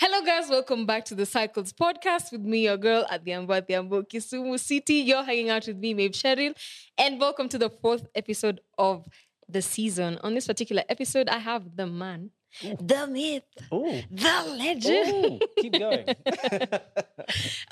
Hello, guys. Welcome back to the Cycles podcast with me, your girl, Adiambo Adiambo Kisumu City. You're hanging out with me, Maeve Cheryl, and welcome to the fourth episode of the season. On this particular episode, I have the man, the myth, Oh, the legend. keep going.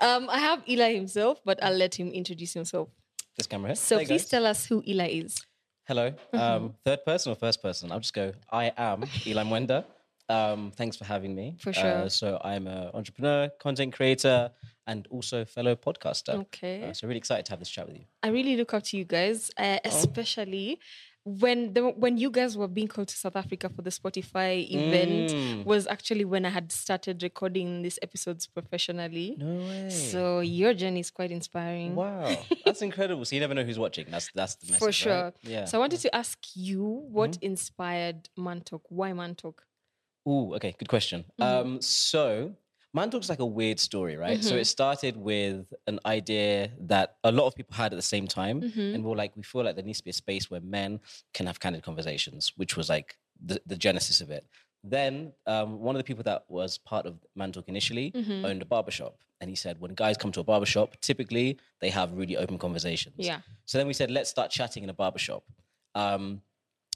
Um, I have Eli himself, but I'll let him introduce himself. this camera here. So There you please go. tell Mm-hmm. us who Eli is. Hello. Um, third person or first person? I'll just go. I am Eli Mwenda. Um, thanks for having me. Uh, For sure. so I'm an entrepreneur, content creator, and also fellow podcaster. Okay. Uh, so really excited to have this chat with you. I really look up to you guys, uh, especially when the, when you guys were being called to South Africa for the Spotify event. Mm. Was actually when I had started recording these episodes professionally. No way. So your journey is quite inspiring. wow, that's incredible. So you never know who's watching. That's that's the message. For right? sure. Yeah. So I wanted to ask you what Mm-hmm. inspired Mantok? Why Mantok? Ooh, okay, good question. Um, so Mantalk's like a weird story, right? So it started with an idea that a lot of people had at the same time, Mm-hmm. and we are like, we feel like there needs to be a space where men can have candid conversations, which was like the, the genesis of it. Then um, one of the people that was part of Mantalk initially Mm-hmm. owned a barbershop, and he said, when guys come to a barbershop, typically they have really open conversations. Yeah. So then we said, let's start chatting in a barbershop. Um,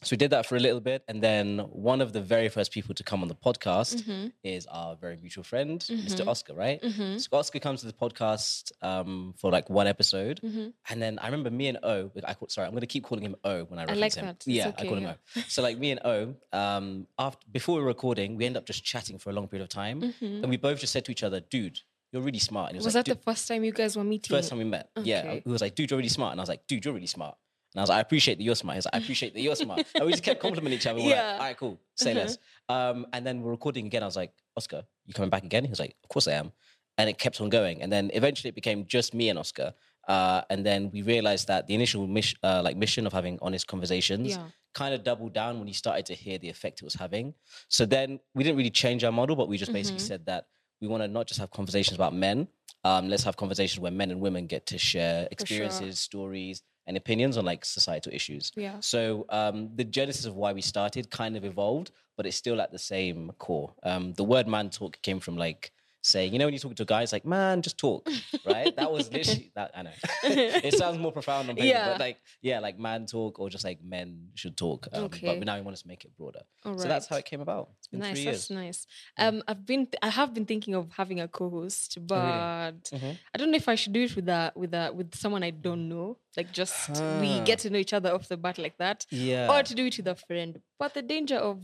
so we did that for a little bit. And then one of the very first people to come on the podcast Mm-hmm. is our very mutual friend, Mr. Oscar, right? So Oscar comes to the podcast um, for like one episode. Mm-hmm. And then I remember me and O, I call, sorry, I'm going to keep calling him O when I reference like him. that. It's Yeah, okay, I call him yeah. O. So like me and O, um, after, before we were recording, we end up just chatting for a long period of time. And we both just said to each other, dude, you're really smart. And it Mm-hmm. Was, was, like, that the first time you guys were meeting? first time we met. Yeah, Okay. he was like, "Dude, you're really smart," and I was like, "Dude, you're really smart." And I was like, "I appreciate that you're smart." He was like, "I appreciate that you're smart." And we just kept complimenting each other. We We're Yeah. Uh-huh. like, "All right, cool, say less." Um, and then we're recording again. I was like, "Oscar, you coming back again?" He was like, "Of course I am." And it kept on going. And then eventually it became just me and Oscar. Uh, and then we realized that the initial mission, uh, like mission of having honest conversations, Yeah. kind of doubled down when you started to hear the effect it was having. So then we didn't really change our model, but we just basically said that we want to not just have conversations about men. Um, let's have conversations where men and women get to share sure. experiences, stories, and opinions on like societal issues. Yeah. So um, the genesis of why we started kind of evolved, but it's still at the same core. Um, the word "man talk" came from like saying, you know, when you talk to guys, like man, just talk, right? That was literally that. I know it sounds more profound on paper, Yeah. but like yeah, like man talk or just like men should talk. Um, Okay. But now we want us to make it broader. All So that's right. how it came about. It's been nice. three That's years. nice. Um, I've been I have been thinking of having a co-host, Oh, but Mhm. I don't know if I should do it with a with a with someone I don't know. Like just we Huh. get to know each other off the bat like that, Yeah. or to do it with a friend. But the danger of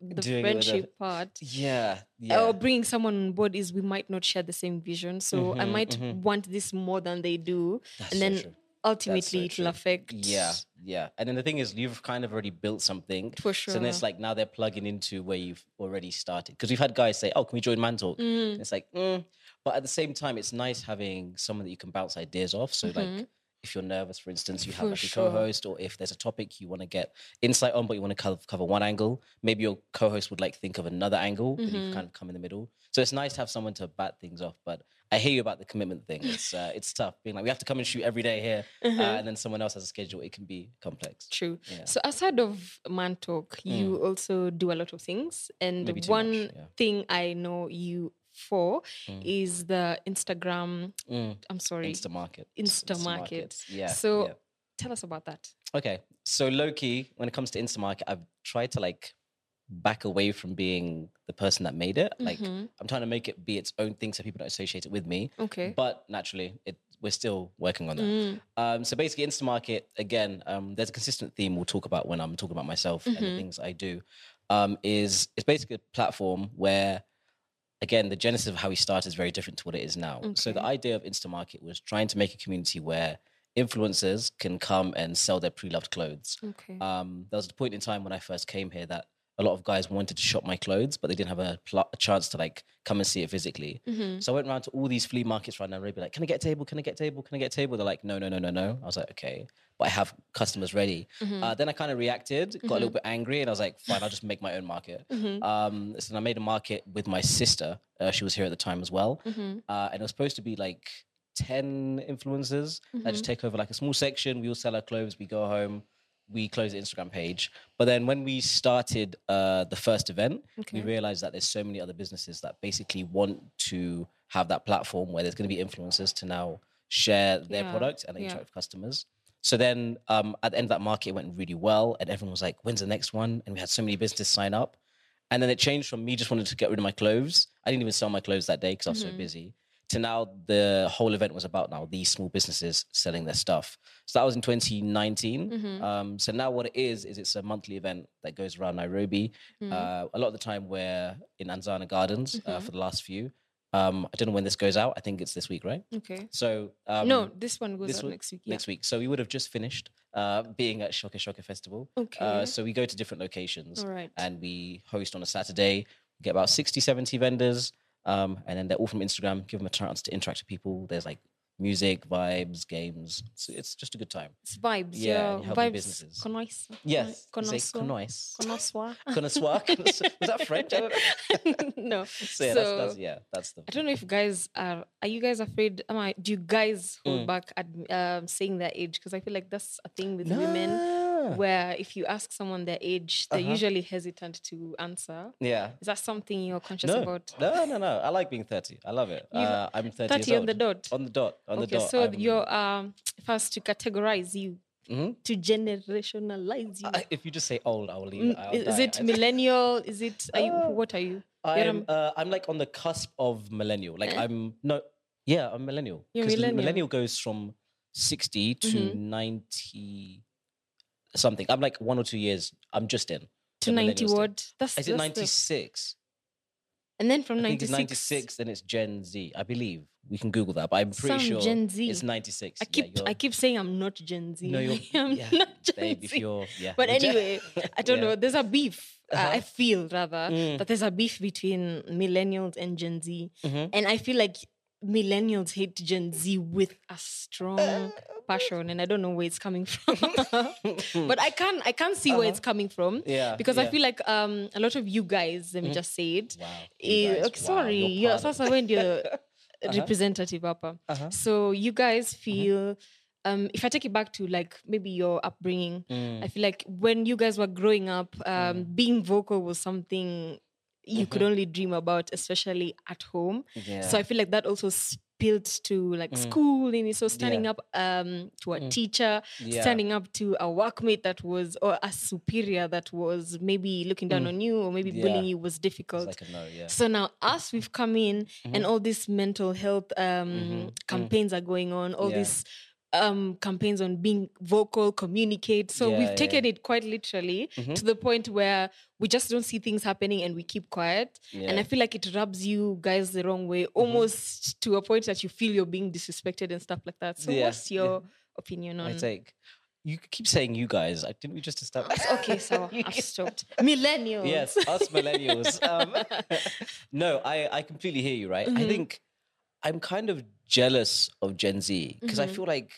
the Doing it with a- friendship part. yeah. Yeah. Or bringing someone on board is we might not share the same vision, so I might want this more than they do, Mm-hmm, That's and so then true. ultimately it'll true. affect. Yeah, yeah. And then the thing is, you've kind of already built something. For So then it's like now they're plugging into where you've already started. Because we've had guys say, oh, can we join Man Talk? And it's like, mm. but at the same time, it's nice having someone that you can bounce ideas off. So, like, if you're nervous, for instance, you have Mm-hmm. For like a sure. co-host, or if there's a topic you want to get insight on, but you want to cover, cover one angle, maybe your co-host would like think of another angle, and Mm-hmm. you've kind of come in the middle. So it's nice to have someone to bat things off. But I hear you about the commitment thing. It's uh, it's tough being like we have to come and shoot every day here, uh, Uh-huh. and then someone else has a schedule. It can be complex. True. Yeah. Mm. So aside of man talk, you also do a lot of things, and Maybe too one much, yeah. thing I know you for is the Instagram. Mm, I'm sorry, Insta market. Insta market. markets. Yeah. So yeah. tell us about that. Okay. So low key, when it comes to Instamarket, I've tried to like back away from being the person that made it. Like Mm-hmm. I'm trying to make it be its own thing so people don't associate it with me. Okay. Mm, But naturally, it we're still working on that. Um, so basically, Instamarket again. Um, there's a consistent theme we'll talk about when I'm talking about myself and the things I do. Um, is it's basically a platform where again, the genesis of how we started is very different to what it is now. So the idea of Instamarket was trying to make a community where influencers can come and sell their pre-loved clothes. Okay. Uh, Um, there was a point in time when I first came here that a lot of guys wanted to shop my clothes, but they didn't have a, pl- a chance to like come and see it physically. Mm-hmm, So I went around to all these flea markets around Nairobi, like, can I get a table? Can I get a table? Can I get a table? They're like, no, no, no, no, no. I was like, okay, but I have customers ready. Mm. mm-hmm, Uh, then I kind of reacted, got a little bit angry, and I was like, fine, I'll just make my own market. Mm-hmm. Um, so then I made a market with my sister. Uh, she was here at the time as well. mm-hmm. Uh, and it was supposed to be like 10 influencers that Mm-hmm. just take over like a small section. We all sell our clothes, we go home we closed the Instagram page. But then when we started uh, the first event, we realized that there's so many other businesses that basically want to have that platform where there's going to be influencers to now share their Yeah, product and yeah. interact with customers. So then um, at the end of that market, it went really well. And everyone was like, when's the next one? And we had so many businesses sign up. And then it changed from me just wanted to get rid of my clothes. I didn't even sell my clothes that day because I was Mm-hmm. so busy. To now, the whole event was about now these small businesses selling their stuff. So that was in 2019. Mm-hmm. Um, so now, what it is is it's a monthly event that goes around Nairobi. mm-hmm, Uh, a lot of the time, we're in Anzana Gardens uh, for the last few. Um, I don't know when this goes out. I think it's this week, right? Okay. So um, no, this one goes this out one- next week. Yeah. next week. So we would have just finished uh, being at Shocker Shocker Festival. Okay. Uh, so we go to different locations All right. and we host on a Saturday. We get about 60, 70 vendors. Um, and then they're all from Instagram. Give them a chance to interact with people. There's like music, vibes, games. So it's just a good time. It's vibes. Yeah, Yeah. and healthy vibes. businesses. Connoisse. Yes. it's a Connoisseur. connoisse. Connoisseur. Connoisseur. connoisseur. Was that French? I don't know. no. So, yeah, that's, that's, yeah, that's the. I don't know if guys are. Are you guys afraid? Am I? Do you guys Hmm. hold back at um, saying their age? Because I feel like that's a thing with women, Nah. where if you ask someone their age, they're Uh-huh. usually hesitant to answer. Yeah. Is that something you're conscious No, about? no, no, no. I like being 30. I love it. You- Uh, I'm 30, years 30 on old. the dot. On the dot. On the okay, dot. so I'm- you're um, if I was to categorize you, Mhm. to generationalize you. I- if you just say old, I will leave. Mm, I'll is die. it I- millennial? Is it? Are you? Uh, What are you? You're I'm, uh, I'm like on the cusp of millennial. Like I'm no, yeah, I'm millennial. Eh? You're 'Cause millennial. Mm-hmm. millennial goes from sixty to ninety something. I'm like one or two years. I'm just in To the millennial ninety stage. word. That's Is it that's the- ninety six? And then from I think ninety it's ninety six. Then it's Gen Z. I believe we can Google that, but I'm Some pretty sure Gen Z. it's ninety six. I keep I keep saying I'm not Gen Z. No, you're- I'm yeah, not Gen Babe, if Z. you're yeah. But you're Gen- anyway, I don't Yeah. know. There's a beef. uh, I Uh-huh. feel rather Mm. that there's a beef between millennials and Gen Z, Mhm. and I feel like millennials hate Gen Z with a Uh, strong passion, and I don't know where it's coming from. but I can I can see where it's coming from. Uh-huh. Yeah, Because I yeah. Mm-hmm. feel like um a lot of you guys. Let me just say it. Wow, you Eh, guys, okay, wow, sorry, yeah, you're part sasa of- when you're representative upper. Uh-huh. So you guys feel, um, if I take it back to like maybe your upbringing, I Mm. feel like when you guys were growing up, um, being vocal was something you could only dream about, especially at home. Mm-hmm. Yeah. Mm. So I feel like that also spilled to like school, and so standing Yeah. Mm. up um, to a teacher, Yeah. standing up to a workmate that was or a superior that was maybe looking down on you or maybe Mm. Yeah. bullying you was difficult. It's like a no, yeah. So now, us, we've come in, Mm-hmm. and all these mental health um, campaigns are going on. All Yeah. these um, campaigns on being vocal, communicate. So Yeah, Mm-hmm. we've yeah. taken it quite literally to the point where we just don't see things happening and we keep quiet. And Yeah. Mm-hmm. I feel like it rubs you guys the wrong way, almost to a point that you feel you're being disrespected and stuff like that. So Yeah, what's your opinion on? I take. You keep saying you guys. I Didn't we just establish? Okay, so I've stopped. Millennials. yes, us millennials. Um, no, I, I completely hear you, right? Mm-hmm. I think I'm kind of jealous of Gen Z because I feel like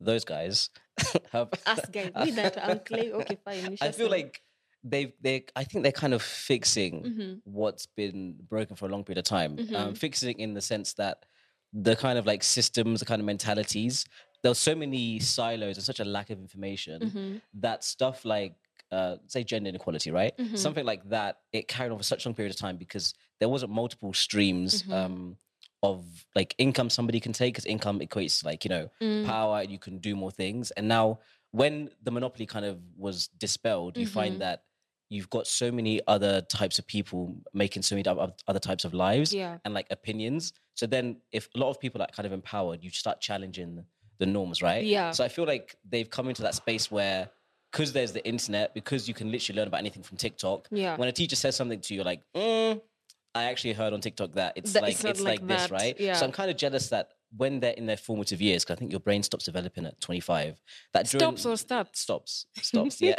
those guys have. Mm-hmm. Us guys. We that uncle. Okay, fine. you I just feel know. like they've they I think they're kind of fixing Mm-hmm, what's been broken for a long period of time. Um, fixing in the sense that the kind of like systems, the kind of mentalities, there were so many silos and such a lack of information mm-hmm, that stuff like uh, say gender inequality, right? Something like that, it carried on for such a long period of time because there wasn't multiple streams um, of like income somebody can take because income equates to like, you know, mm. power and you can do more things. And now when the monopoly kind of was dispelled, you Mm-hmm. find that you've got so many other types of people making so many other other types of lives Yeah. and like opinions. So then if a lot of people are kind of empowered, you start challenging the norms, right? Yeah. So I feel like they've come into that space where because there's the internet, because you can literally learn about anything from TikTok. Yeah. When a teacher says something to you, you're like, mm, I actually heard on TikTok that it's That like it's it's, not like like, this, that. right? Yeah. So I'm kind of jealous that when they're in their formative years, because I think your brain stops developing at 25. That during- Stops or starts. stops stops yeah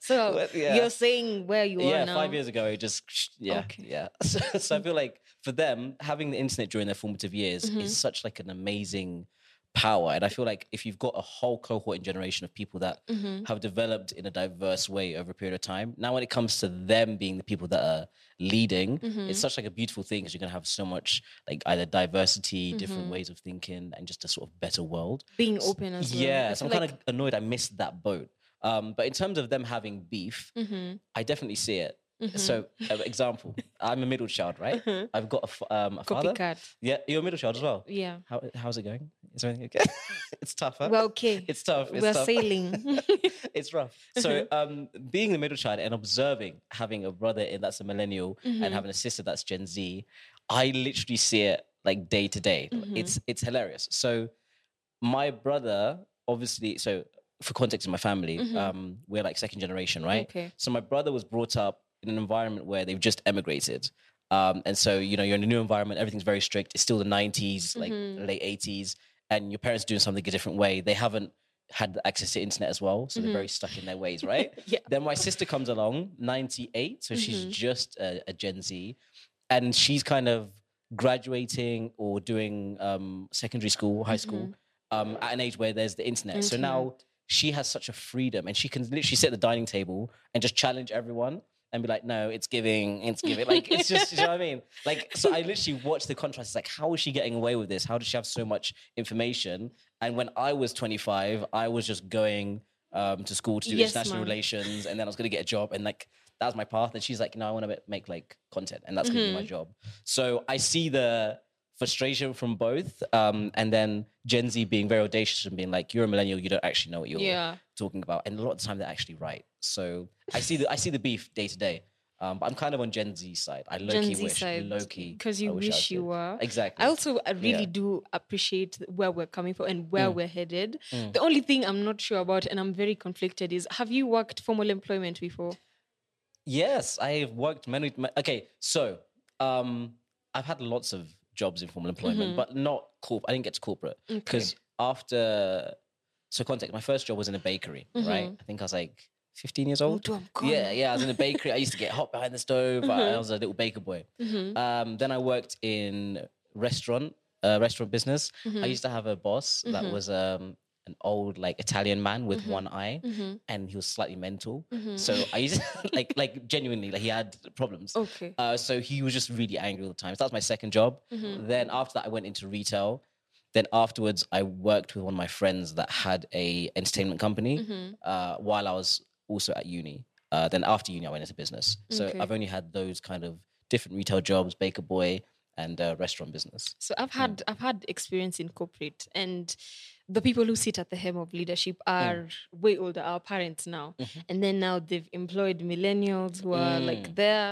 So Well, yeah. you're saying where you yeah are now. five years ago it just yeah Okay. yeah so, so i feel like for them having the internet during their formative years Mhm. is such like an amazing power and i feel like if you've got a whole cohort and generation of people that Mhm. have developed in a diverse way over a period of time now when it comes to them being the people that are leading Mhm. it's such like a beautiful thing because you're going to have so much like either diversity different Mhm. ways of thinking and just a sort of better world Being open as well. yeah, so I'm kind of annoyed I missed that boat. Um, but in terms of them having beef, of. Mm-hmm, I definitely see it. So, uh, example, I'm a middle child, right? I've got a, f- um, a father. Mm-hmm. copycat. Yeah, you're a middle child as well. Yeah. How, how's it going? Is everything okay? it's tougher. Well, okay. it's tough. It's We're tough. sailing. it's rough. So, um, being the middle child and observing having a brother in that's a millennial Mhm. and having a sister that's Gen Z, I literally see it like day to day. Mhm. It's it's hilarious. So, my brother, obviously, so for context in my family, Mhm. um, we're like second generation, right? Okay. So my brother was brought up in an environment where they've just emigrated. Um, and so, you know, you're in a new environment, everything's very strict. It's still the 90s, like Mhm. late 80s, and your parents are doing something a different way. They haven't had access to internet as well. So Mhm. they're very stuck in their ways, right? Yeah. Then my sister comes along, 98. So she's Mhm. just a, a Gen Z. And she's kind of graduating or doing um, secondary school, high school, um, at an age where there's the internet. So now she has such a freedom and she can literally sit at the dining table and just challenge everyone and be like, no, it's giving, it's giving. Like, it's just, you know what I mean? Like, so I literally watched the contrast. It's like, how is she getting away with this? How does she have so much information? And when I was 25, I was just going um, to school to do Yes, international ma'am. relations and then I was going to get a job. And like, that was my path. And she's like, no, I want to make like content and that's going Mm-hmm. to be my job. So I see the, frustration from both um, and then gen z being very audacious and being like you're a millennial you don't actually know what you're Yeah. talking about, and a lot of the time they're actually right. So I see the I see the beef day to day, um, but I'm kind of on Gen Z side. I low Gen key Z wish, side. low key, Because you I wish, I you could. were. exactly. I also I really Yeah. do appreciate where we're coming from and where Mm. we're headed. Mm. The only thing I'm not sure about and I'm very conflicted is have you worked formal employment before? yes, I've worked many. ma- okay, so um, I've had lots of jobs in formal employment, Mhm. but not corp. I didn't get to corporate Okay. because after so context, my first job was in a bakery. Right, I think I was like 15 years old. Mtu wa mkono. Yeah, yeah, I was in a bakery. I used to get hot behind the stove. I, I was a little baker boy. Mhm. Um, then I worked in restaurant, uh, restaurant business. I Mhm. used to have a boss that Mhm. was um, an old like Italian man with Mhm. one eye, Mhm. and he was slightly mental. Mhm. So I used like like genuinely like he had problems. Okay. Uh, so he was just really angry all the time. So that was my second job. Mhm. Then after that, I went into retail. Then afterwards, I worked with one of my friends that had a entertainment company Mhm. uh, while I was also at uni. Uh, then after uni, I went into business. So Okay. I've only had those kind of different retail jobs, baker boy, and uh, restaurant business. So I've had I've had experience in corporate, and the people who sit at the helm of leadership are way older, our parents now, and then now they've employed millennials who are like there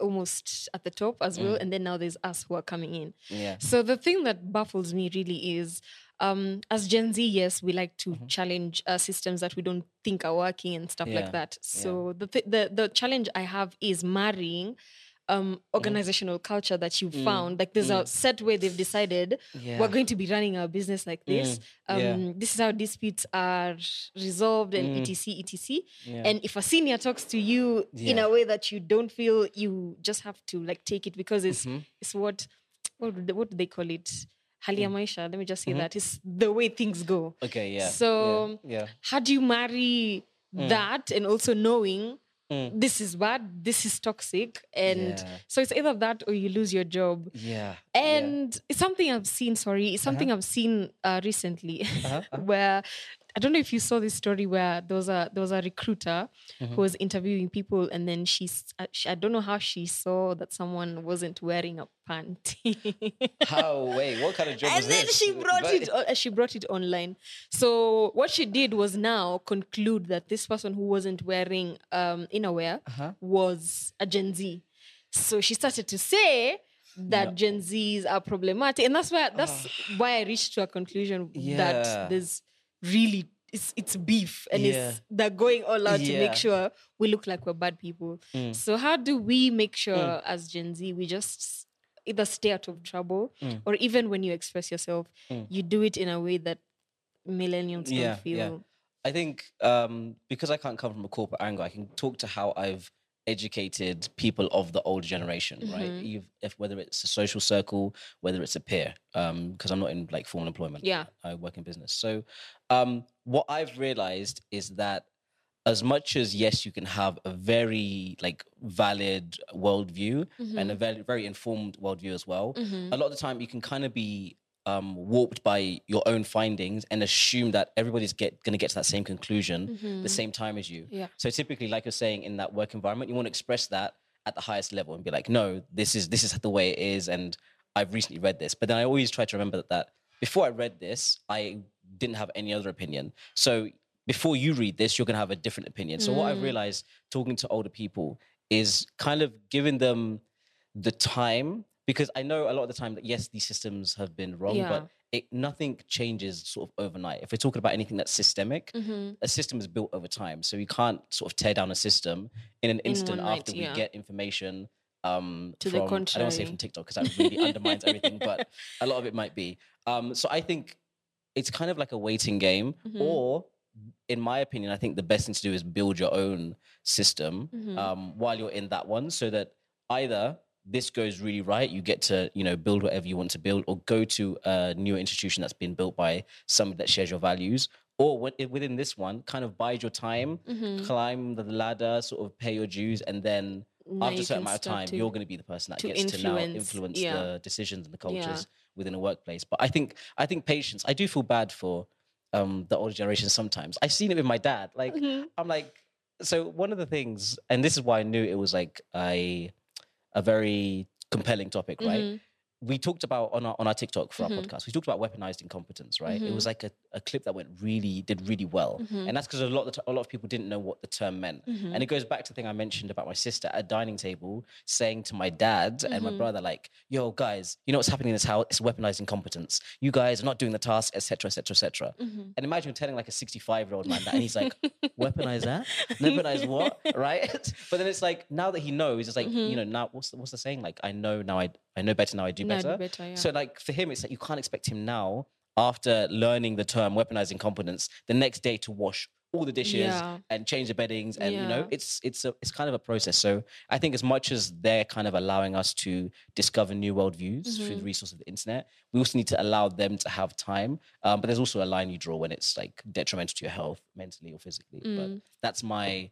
almost at the top as well, and then now there's us who are coming in. Yeah. So the thing that baffles me really is. Um, as Gen Z, yes, we like to Mm-hmm. challenge uh, systems that we don't think are working and stuff Yeah, like that. So the, th- the the challenge I have is marrying Mm-hmm. um, organizational culture that you found. Like there's a set way they've decided Mm, Yeah. Mm, we're going to be running our business like this. Um, yeah. Mm. This is how disputes are resolved and etc. etc. And if a senior talks to you in Yeah. a way that you don't feel, you just have to like take it because it's Mm-hmm. it's what what do they, what do they call it? Hali Mm. ya maisha. Let me just Mm-hmm. say that it's the way things go. okay. Yeah. So- yeah. How do you marry that and also knowing? Mm. This is bad. This is toxic, and Yeah. so it's either that or you lose your job. Yeah. Uh-huh. yeah, And it's something I've seen, sorry, it's something I've seen uh, recently Uh-huh, where I don't know if you saw this story where there was a there was a recruiter Mm-hmm. who was interviewing people and then she, s- uh, she I don't know how she saw that someone wasn't wearing a panty. How? Wait. What kind of job and is then this? she brought But- it o- she brought it online. So what she did was now conclude that this person who wasn't wearing um innerwear Uh-huh. was a Gen Z. So she started to say that Gen Zs are problematic, and that's why that's why I reached to a conclusion Ah. Yeah. that there's really it's it's beef, and Yeah. it's they're going all out to Yeah. Mm. make sure we look like we're bad people. So how do we make sure as Gen Z we just either stay out of trouble Mm. or even when you express yourself, you do it in a way that millennials Yeah, don't feel. yeah. I think um, because I can't come from a corporate angle, I can talk to how I've educated people of the older generation, right? Mhm. You've, if whether it's a social circle, whether it's a peer, because I'm not in like formal employment. Yeah. I work in business. So um, what I've realized is that as much as yes, you can have a very like valid worldview and a very very informed worldview as well. Mhm. A lot of the time, you can kind of be um, warped by your own findings and assume that everybody's get going to get to that same conclusion Mm. the same time as you. Mm-hmm. Yeah. So typically, like you're saying, in that work environment, you want to express that at the highest level and be like, no, this is this is the way it is, and I've recently read this. But then I always try to remember that, that before I read this, I didn't have any other opinion. So before you read this, you're gonna have a different opinion. So what I've realized talking to older people is kind of giving them the time because I know a lot of the time that yes, these systems have been wrong, Yeah. but it, nothing changes sort of overnight. If we're talking about anything that's systemic, Mhm. a system is built over time. So you can't sort of tear down a system in an instant one night, after yeah. we get information um, To the from, I don't want to say contrary. from TikTok because that uh, really undermines everything, but a lot of it might be. Um, so I think it's kind of like a waiting game, Mhm. or in my opinion, I think the best thing to do is build your own system Mhm. um, while you're in that one, so that either this goes really right, you get to you know build whatever you want to build, or go to a newer institution that's been built by somebody that shares your values, or what- within this one, kind of bide your time, Mhm. climb the ladder, sort of pay your dues, and then Now after you a certain can amount of start time, to- you're going to be the person that to gets to now influence, influence yeah. the decisions and the cultures Yeah. within a workplace. But I think I think patience. I do feel bad for um, the older generation sometimes. I've seen it with my dad. Like Mhm. I'm like, so one of the things, and this is why I knew it was like a a very compelling topic, right? Mhm. we talked about on our on our TikTok for our Mhm. podcast. We talked about weaponized incompetence, right? It Mhm. was like a, a clip that went really did really well, Mhm. and that's because a lot of the t- a lot of people didn't know what the term meant. Mhm. And it goes back to the thing I mentioned about my sister at a dining table saying to my dad and my Mhm. brother, like, "Yo, guys, you know what's happening in this house? It's weaponized incompetence. You guys are not doing the task, etc., etc., etc." Mhm. And imagine telling like a 65 year old man that, and he's like, weaponize that? Weaponize what? Right? but then it's like, now that he knows, it's like, you Mhm. know, now what's the, what's the saying? Like, I know now, I, I know better now, I do Now I do better. better, yeah. So, like, for him, it's like, you can't expect him now, after learning the term weaponized incompetence, the next day to wash all the dishes Yeah. and change the beddings. And, you know, Yeah. it's, it's, a, it's kind of a process. So, I think as much as they're kind of allowing us to discover new worldviews through Mm-hmm. the resource of the internet, we also need to allow them to have time. Um, but there's also a line you draw when it's like detrimental to your health, mentally or physically. But Mm. that's my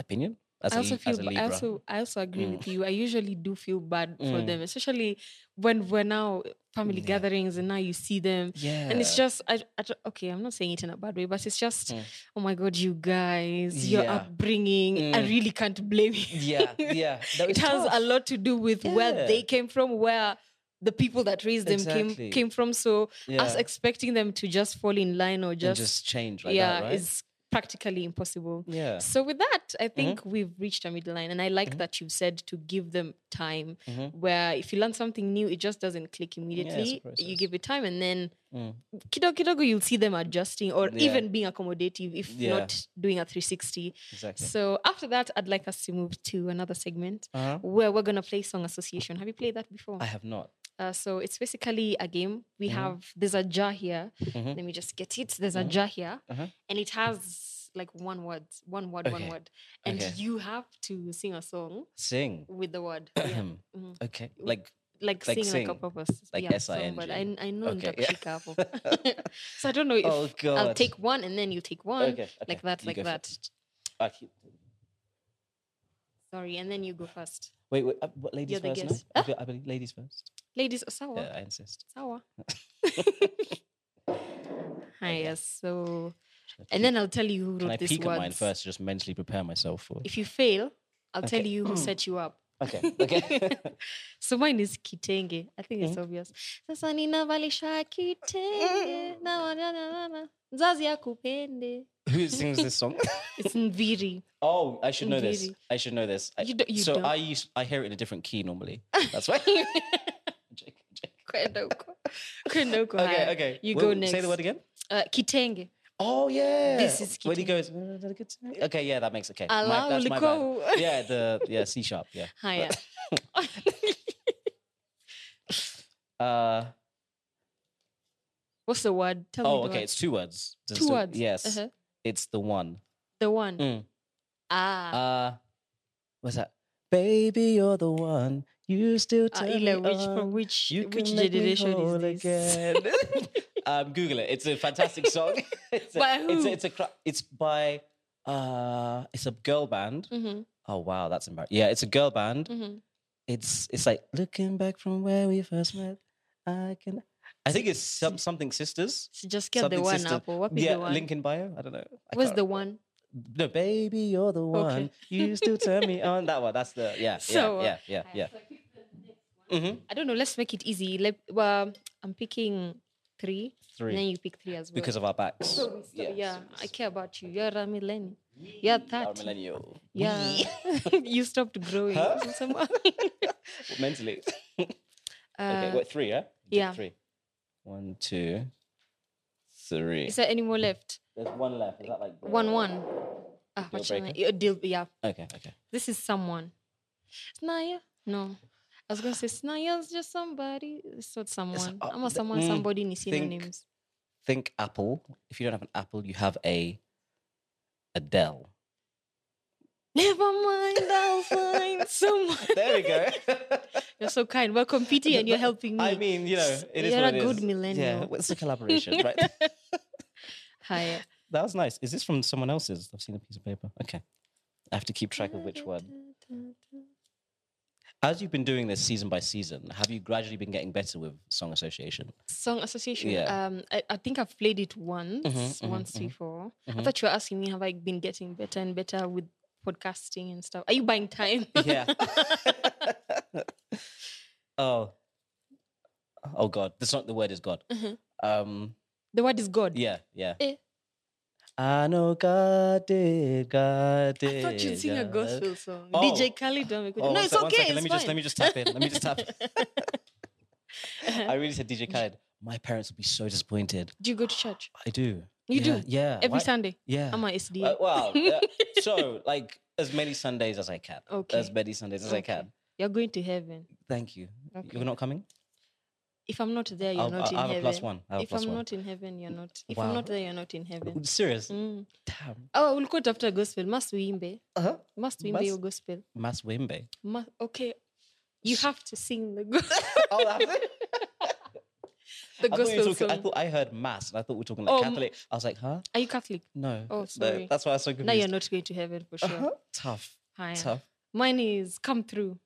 opinion. As I also a, as a feel. ba- I Libra. also. I also agree Mm. with you. I usually do feel bad for Mm. them, especially when we're now family Yeah. gatherings and now you see them. yeah, And it's just, I, I, ju- okay, I'm not saying it in a bad way, but it's just, Mm. oh my God, you guys, your Yeah. upbringing, I Mm. really can't blame you. yeah, yeah. No, it it's has a tough. lot to do with Yeah. where they came from, where the people that raised them Exactly. came came from. So yeah. us expecting them to just fall in line or And just, just, change like yeah, that, right? is practically impossible. yeah, Mm-hmm. So with that, I think we've reached a middle line, and I like that you've said to give them time. Mhm. Where if you learn something new, it just doesn't click immediately. you process. give it time, and then Mm. kidogo kidogo you'll see them adjusting or Yeah. even being accommodative if Yeah. not doing a 360. exactly. So after that, I'd like us to move to another segment Uh-huh. where we're gonna play song association. Have you played that before? I Mm-hmm. have not. Uh, so it's basically a game. We have there's a jar here. Mhm. Let me just get it. There's Mhm. a jar here, Uh-huh. and it has like one word, one word, Okay. one word, and Okay. you have to sing a song Sing. with the word, yeah. Mhm. Okay, like like, Like sing, sing. like a purpose, Like yeah, song, But I, S.I.N.G.. I know Okay, yeah. nitakushika hapo. so I don't know if oh god. I'll take one and then you take one. okay, like okay, that, you like go that. first. I keep- Sorry, and then you go first. Wait, wait. Uh, what, ladies You're the first? guest. Ah. No? I, be- I believe ladies first. Ladies, sawa. Yeah, I insist. Sawa. Okay. Hiya, so Should I and then I'll tell you who Can I wrote these peek at mine words. first to just mentally prepare myself for? If you fail, I'll tell Okay. you who set you up. Okay. Okay. So mine is kitenge. I think it's obvious. Sasa ninavalisha kitenge na wananana mzazi akupende. Who sings this song? It's Nviri. Oh, I should know this. Ngiri. I should know this. I, You don't- you so don't. I used I hear it in a different key normally. That's why. Joking, joking. Kwenda huko. Kwenda huko. okay. haya. Okay. You Well, go next. Say the word again. Uh, kitenge. Oh yeah. This is when he Kitenge. goes. "Uh, that good to me." Okay. Yeah, that makes okay. My- Allow that's my bad. uliko. Yeah. The yeah C sharp. Yeah. Haya. Uh, What's the word? Tell oh, me the okay. word. It's two words. Just two the- words. Yes. Uh-huh. It's the one. The one. Mm. Ah. Uh, what's that? Baby, you're the one. You still Ah, turn Ile, me which on. from which uh, You which can make me generation whole is this? again. um, Google it. It's a fantastic song. It's a, By It's who? a, it's, a cra- it's by uh, it's a girl band. Mm-hmm, Oh wow, that's embarrassing. Yeah, it's a girl band. mm-hmm. It's it's like looking back from where we first met. I can. I think it's some, something sisters. So just get the Something one sister- up. Or what is Yeah, the one? link in bio. I don't know. I What's can't the remember. one? No, baby, you're the one. You still turn me on. That one. That's the yeah, So, uh, yeah, yeah, yeah, yeah. Mm-hmm. I don't know. Let's make it easy. Let, well, I'm picking three, and then Three you pick three as well. because of our backs. So we sta- yeah, Yes, I yes. care about you. You're a millennial. You're Our 30. millennial. Yeah, you stopped growing Huh? in some way. mentally. Uh, okay, what three? Yeah. You did yeah. Three. One, two, three. Is there any more left? There's one left. Is that like the- One one. Ah, Deal wachala, breaker? yeah, deal. Yeah, Okay, okay. this is someone. Snaya? No, I was gonna say Snaya's just somebody. It's not someone. uh, I'm a the- someone, mm, somebody. Ni think- synonyms. Think apple. If you don't have an apple, you have a Adele. Never mind. I'll find someone. There we go. You're so kind. Welcome, Pity, and you're helping me. I mean, you know, it is You're what a it good is. millennial. Yeah, it's a collaboration, right? Hi. that was nice. Is this from someone else's? I've seen a piece of paper. Okay. I have to keep track of which one. As you've been doing this season by season, have you gradually been getting better with song association? Song Association. Yeah. Um, I, I think I've played it once, mhm, once mhm. before. I Mhm. thought you were asking me have I been getting better and better with podcasting and stuff. Are you buying time? Yeah. oh. Oh God. That's not the word is God. Mhm. Um the word is God. yeah, yeah. Eh. I know God did, God I did. thought you'd sing a God. gospel song. Oh. DJ Khaled. don't make- Oh, no, one it's sec- one okay. It's second. let me fine. just let me just tap in. Let me just tap. I really said DJ Khaled. My parents would be so disappointed. do you go to church? I do. You Yeah, do? Yeah. Every Why- Sunday. Yeah. I'm a SD. Uh, wow. yeah. so like as many Sundays as I can. Oh, Okay. As many Sundays as I Okay. can. You're going to heaven. Thank you. Okay. You're not coming? If I'm not there, you're I'll, not I'll- in I'll have heaven. a plus one. I'll have a if plus I'm one. not in heaven, you're not. If Wow. I'm not there, you're not in heaven. Serious? Mm. Damn. Oh, ulikuwa utafuta gospel. Must uimbe. Uh-huh. Must uimbe Must- your gospel. Mass Wimbe. Must, okay. You have to sing the gospel. Oh, that's it. the I thought, you were gospel talking, I song. thought I heard mass, and I thought we were talking like Oh, m- Catholic. I was like, huh? Are you Catholic? No. Oh, No, sorry. that's why I was so Now you're confused. not going to heaven for sure. Uh-huh. Tough. Haya. Tough. Mine is come through.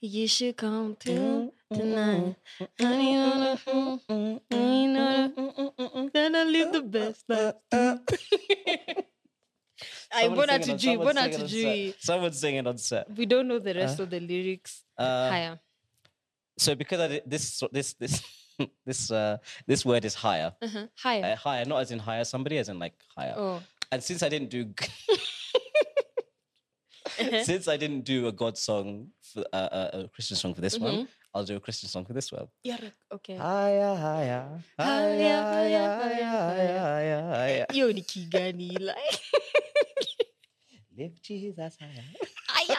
You should come through tonight. Mm, Honey, wanna- mm, mm, mm, honey, wanna- mm, mm, mm. Then I live the best life. Uh, I someone bona singing tujui, bona on- someone singing on set. tujui. Someone's singing on set. We don't know the rest Uh, of the lyrics. Uh, Higher. So because I did this this this this uh this word is higher. Uh-huh. Higher. Uh, higher, not as in hire somebody, as in like higher. oh. And since I didn't do Uh-huh. since I didn't do a God song for uh, uh, a Christian song for this one, I'll do a Christian song for this one. Mm-hmm. Yeah, okay. Higher, higher, Higher, higher, higher, higher. Hiyo ni kigani like Lift Jesus higher. Aya.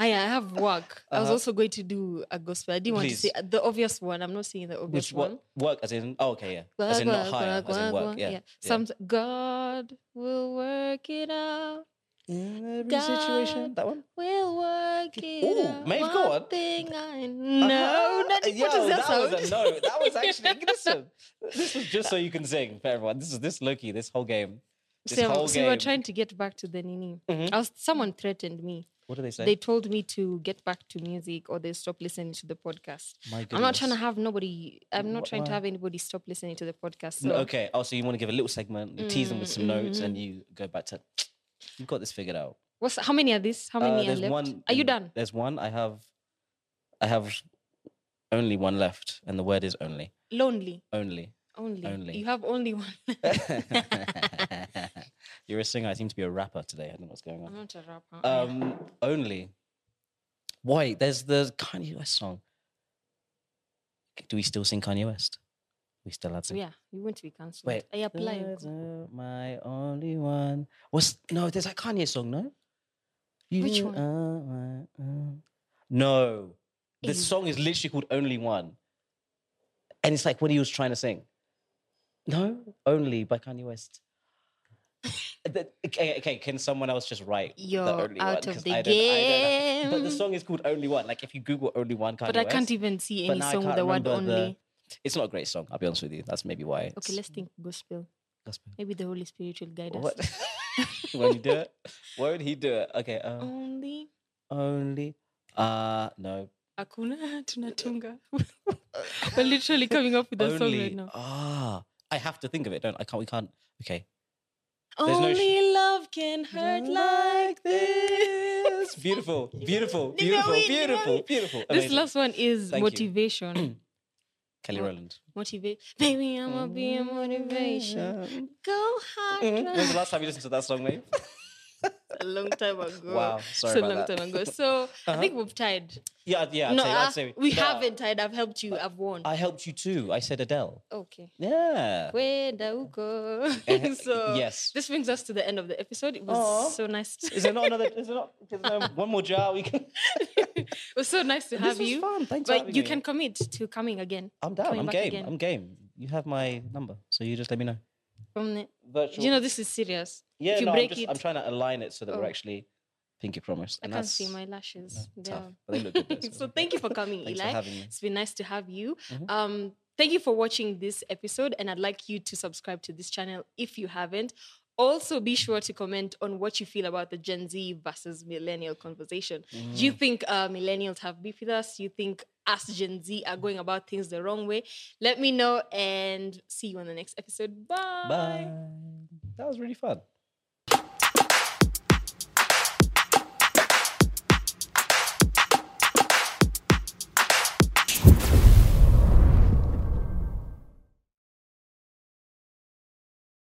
Aya, I have work. I was Uh-huh. also going to do a gospel. I didn't Please. want to say the obvious one. I'm not saying the obvious Which what one. work as in? Oh, okay, yeah. As in not Work, higher, work, as in work, work. work. Yeah. Some God will work it out. In every God. situation, that one. We'll work it Ooh, out. Maeve, One go on. thing I know. Uh-huh. Daddy, Yo, what is that, sound? was a no. That was actually listen. This was just so you can sing for everyone. This is this Loki. This whole game. This so, whole so game. we were trying to get back to the Nini. Mhm. I was, someone threatened me. What do they say? They told me to get back to music or they stop listening to the podcast. My I'm not trying to goodness. have nobody. I'm not Wh- trying to why? have anybody stop listening to the podcast. So No, okay. Oh, so you want to give a little segment, you tease them with some notes, Mm-hmm. and you go back to. You've got this figured out. what's how many are this? How Uh, many are there's left? one are you in- done? There's one. I have. I have only one left, and the word is only. Lonely, Only. only. Only. You have only one. You're a singer. I seem to be a rapper today. I don't know what's going on. I'm not a rapper. Oh, I am. Um, only. Why? There's the Kanye West song. Do we still sing Kanye West? We still had sing. yeah, you want to be cancelled. Wait. I apply. Stars are My only one. What's no? There's that Kanye song, no? Which You one? are my own- No, the Ew. song is literally called "Only One." And it's like what he was trying to sing. No, only by Kanye West. The- okay, okay, can someone else just write You're the only out one? of 'Cause the I don't- I game. don't- But the song is called Only One. Like if you Google Only One Kanye Mm-hmm. But I West, can't even see but any now I song with can't the word remember only. the- it's not a great song. I'll be honest with you. That's maybe why. Okay, it's let's think gospel. gospel. Maybe the Holy Spirit will guide What? us. Won't he do it? Won't he do it? Okay. Um, Only only. Uh no. Akuna Tunatunga. We're literally coming up with a song only. right now. Ah, I have to think of it. Don't I? Can't. We can't. Okay. There's no sh- Only love can hurt like this. It's beautiful. Beautiful. Nimewi, Beautiful. nimewi. Beautiful. Beautiful. This Amazing. last one is Thank you. motivation. Kelly Rowland. Motivate. Baby, I'm going to be a Mm-hmm. motivation. Go Mm. When was the hard. last time you listened to that song, mate? a long time ago. Wow. Sorry so about long that. time ago. So I Uh-huh. think we've tied. Yeah. Yeah. I'd no, say, uh, I'd say, we No, haven't tied. I've helped you. I've won. I helped you too. I said Adele. okay. Yeah. Kwenda huko. Eh, so yes. this brings us to the end of the episode. It was Aw. so nice. To, Is there not another? Is there not? Is there one more jar we can? it was so nice to this have was you. fun. Thanks for But having you me. can commit to coming again. I'm down. coming I'm back game. again. I'm game. You have my number, so you just let me know. From the, Virtual. you know, this is serious. yeah, if you no, break I'm, just, it- I'm trying to align it so that Oh. we're actually pinky promised. I and can't that's see my lashes. no, Yeah. tough, but they look good. though, so thank you for coming, Thanks Eli. for having me. It's been nice to have you. Mhm. Um, thank you for watching this episode, and I'd like you to subscribe to this channel if you haven't. Also, be sure to comment on what you feel about the Gen Z versus millennial conversation. Do Mm. you think uh, millennials have beef with us? Do you think us Gen Z are going about things the wrong way? Let me know and see you on the next episode. Bye. That was really fun.